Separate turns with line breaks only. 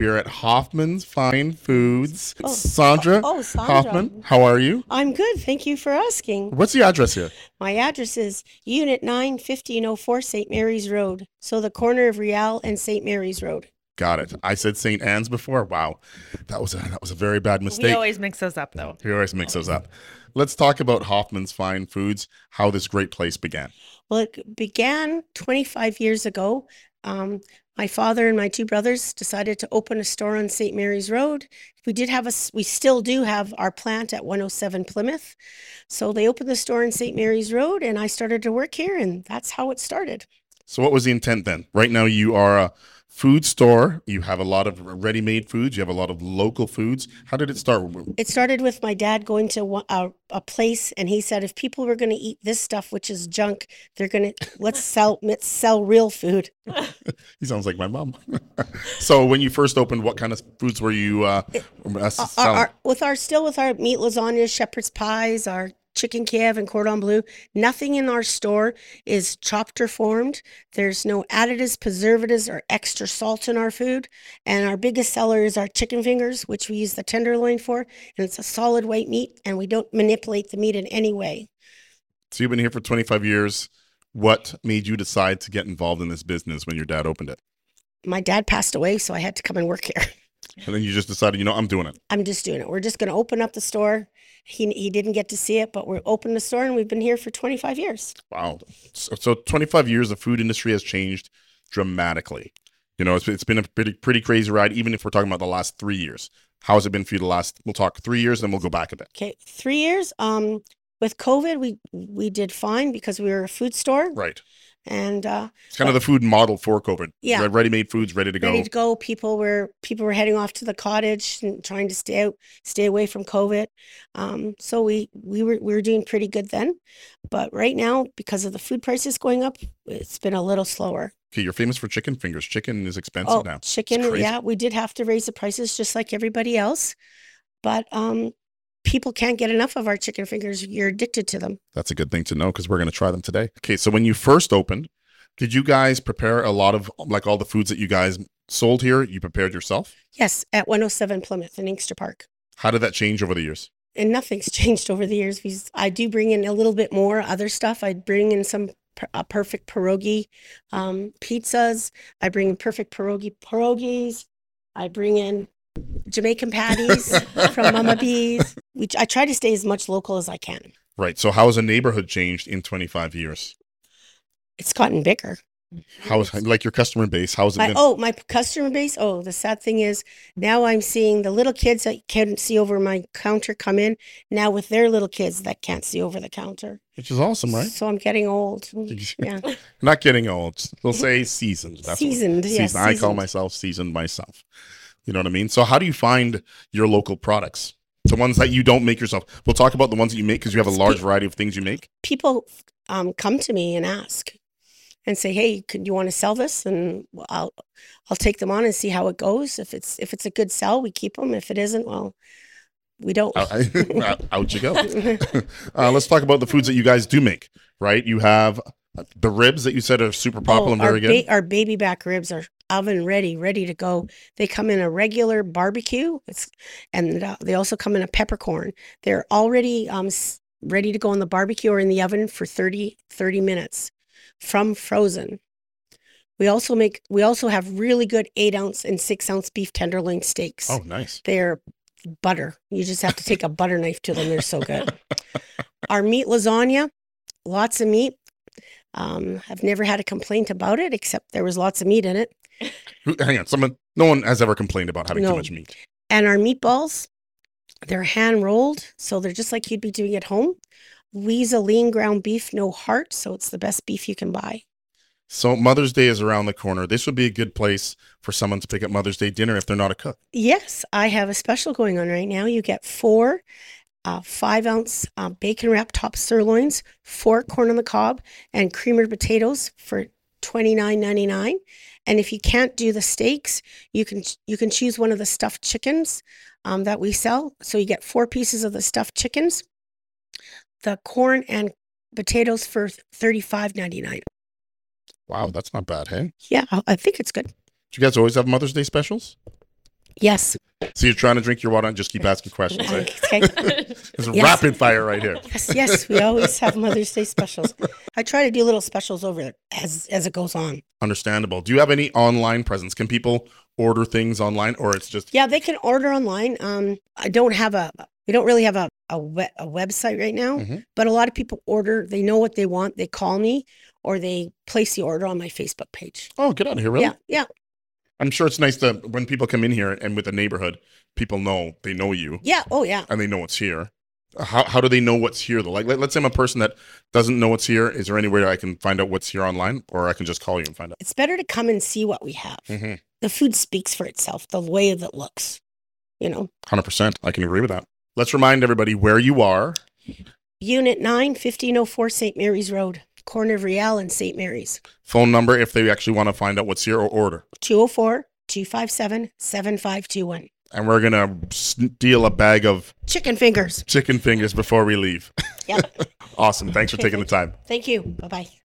You're at Hoffman's Fine Foods.
Oh,
Sandra,
oh, Sandra.
Hoffman, how are you?
I'm good. Thank you for asking.
What's the address here?
My address is Unit 91504 St. Mary's Road. So the corner of Real and St. Mary's Road.
Got it. I said St. Anne's before. Wow, that was a, that was a very bad mistake.
We always mix those up though.
We always mix those up. Let's talk about Hoffman's Fine Foods. How this great place began.
Well, it began 25 years ago. Um, my father and my two brothers decided to open a store on St. Mary's Road. We did have a, s- we still do have our plant at 107 Plymouth. So they opened the store in St. Mary's Road, and I started to work here, and that's how it started.
So, what was the intent then? Right now, you are a food store. You have a lot of ready-made foods. You have a lot of local foods. How did it start?
It started with my dad going to one- a, a place, and he said, if people were going to eat this stuff, which is junk, they're going to let's sell let's sell real food.
He sounds like my mom. so, when you first opened, what kind of foods were you uh, uh,
Our- our-
selling?
our- with our still with our meat lasagna, shepherd's pies, our chicken Kiev and cordon bleu. Nothing in our store is chopped or formed. There's no additives, preservatives, or extra salt in our food. And our biggest seller is our chicken fingers, which we use the tenderloin for, and it's a solid white meat, and we don't manipulate the meat in any way.
So you've been here for 25 years. What made you decide to get involved in this business when your dad opened it?
My dad passed away, so I had to come and work here.
And then you just decided, you know, I'm doing it.
I'm just doing it. We're just going to open up the store. He, he didn't get to see it, but we're open the store and we've been here for 25 years.
Wow. So, so 25 years, the food industry has changed dramatically. You know, it's, it's been a pretty, pretty crazy ride, even if we're talking about the last three years. How has it been for you the last, we'll talk three years, then we'll go back a bit.
Okay, three years. Um, with COVID, we we did fine because we were a food store,
Right.
and uh,
It's kind of the food model for COVID.
Yeah.
The Ready-made foods ready to go.
ready to go. People were people were heading off to the cottage and trying to stay out, stay away from COVID. Um, so we we were we were doing pretty good then, but right now because of the food prices going up, it's been a little slower.
Okay, you're famous for chicken fingers. Chicken is expensive
Oh,
now.
chicken,
crazy.
yeah, we did have to raise the prices just like everybody else, but um, people can't get enough of our chicken fingers. You're addicted to them.
That's a good thing to know because we're going to try them today. Okay, so when you first opened, did you guys prepare a lot of like all the foods that you guys sold here? You prepared yourself.
Yes, at 107 Plymouth in Inkster Park.
How did that change over the years?
and nothing's changed over the years because I do bring in a little bit more other stuff. I bring in some per- a perfect pierogi um, pizzas. I bring in perfect pierogi pierogies. I bring in Jamaican patties from Mama Bee's. We, I try to stay as much local as I can.
Right. So how has the neighborhood changed in 25 years?
It's gotten bigger.
How is like your customer base? How's it
My
been?
oh, my customer base. Oh, the sad thing is now I'm seeing the little kids that can't see over my counter come in now with their little kids that can't see over the counter.
Which is awesome, right?
So I'm getting old. Yeah.
Not getting old. They'll say seasoned. That's what-
seasoned, yes.
seasoned. I call myself seasoned myself. You know what I mean? So how do you find your local products? The ones that you don't make yourself. We'll talk about the ones that you make because you have a large variety of things you make.
people um, come to me and ask and say, "Hey, could you want to sell this?" And well, I'll I'll take them on and see how it goes. If it's if it's a good sell, we keep them. If it isn't, well, we don't.
Out- out out you go. uh, let's talk about the foods that you guys do make, right? You have the ribs that you said are super popular and
Oh, our,
very good.
ba- our baby back ribs are oven ready, ready to go. They come in a regular barbecue. It's and uh, they also come in a peppercorn. They're already um, s- ready to go on the barbecue or in the oven for 30 30 minutes from frozen. We also make we also have really good 8 ounce and 6 ounce beef tenderloin steaks.
Oh, nice.
They're butter. You just have to take a butter knife to them. They're so good. Our meat lasagna, lots of meat. Um, I've never had a complaint about it, except there was lots of meat in it.
Who- Hang on, someone. No one has ever complained about having too
No.
much meat.
And our meatballs, they're hand rolled, so they're just like you'd be doing at home. We use a lean ground beef, no heart, so it's the best beef you can buy.
So Mother's Day is around the corner. This would be a good place for someone to pick up Mother's Day dinner if they're not a cook.
Yes, I have a special going on right now. You get four uh, five ounce uh, bacon wrap top sirloins, four corn on the cob, and creamer potatoes for twenty nine ninety nine. And if you can't do the steaks, you can you can choose one of the stuffed chickens um, that we sell. So you get four pieces of the stuffed chickens, the corn and potatoes for thirty five ninety nine.
Wow, that's not bad, hey?
Yeah, I I think it's good.
Do you guys always have Mother's Day specials?
Yes.
So you're trying to drink your water and just keep asking questions.
Okay.
Right?
okay.
It's
Yes.
rapid fire right here.
yes, yes. We always have Mother's Day specials. I try to do little specials over it as as it goes on.
Understandable. Do you have any online presence? Can people order things online or it's just
Yeah, they can order online. Um, I don't have a, we don't really have a a, we- a website right now,
Mhm.
but a lot of people order. They know what they want. They call me or they place the order on my Facebook page.
Oh, get out of here, really?
Yeah, yeah,
I'm sure it's nice to when people come in here and with the neighborhood, people know they know you
yeah. Oh, yeah.
and they know what's here. How how do they know what's here though? Like let, let's say I'm a person that doesn't know what's here. Is there any way I can find out what's here online, or I can just call you and find out?
It's better to come and see what we have.
Hundred
The food speaks for itself. The way that it looks, you know.
percent, I can agree with that. Let's remind everybody where you are.
Unit 9, 1504 St. Mary's Road, corner of Riel and St. Mary's,
Phone number if they actually want to find out what's here or order.
204 257 7521.
And we're gonna steal a bag of
Chicken fingers.
chicken fingers before we leave.
Yeah.
awesome. Thanks for taking the time.
Thank you. Bye bye.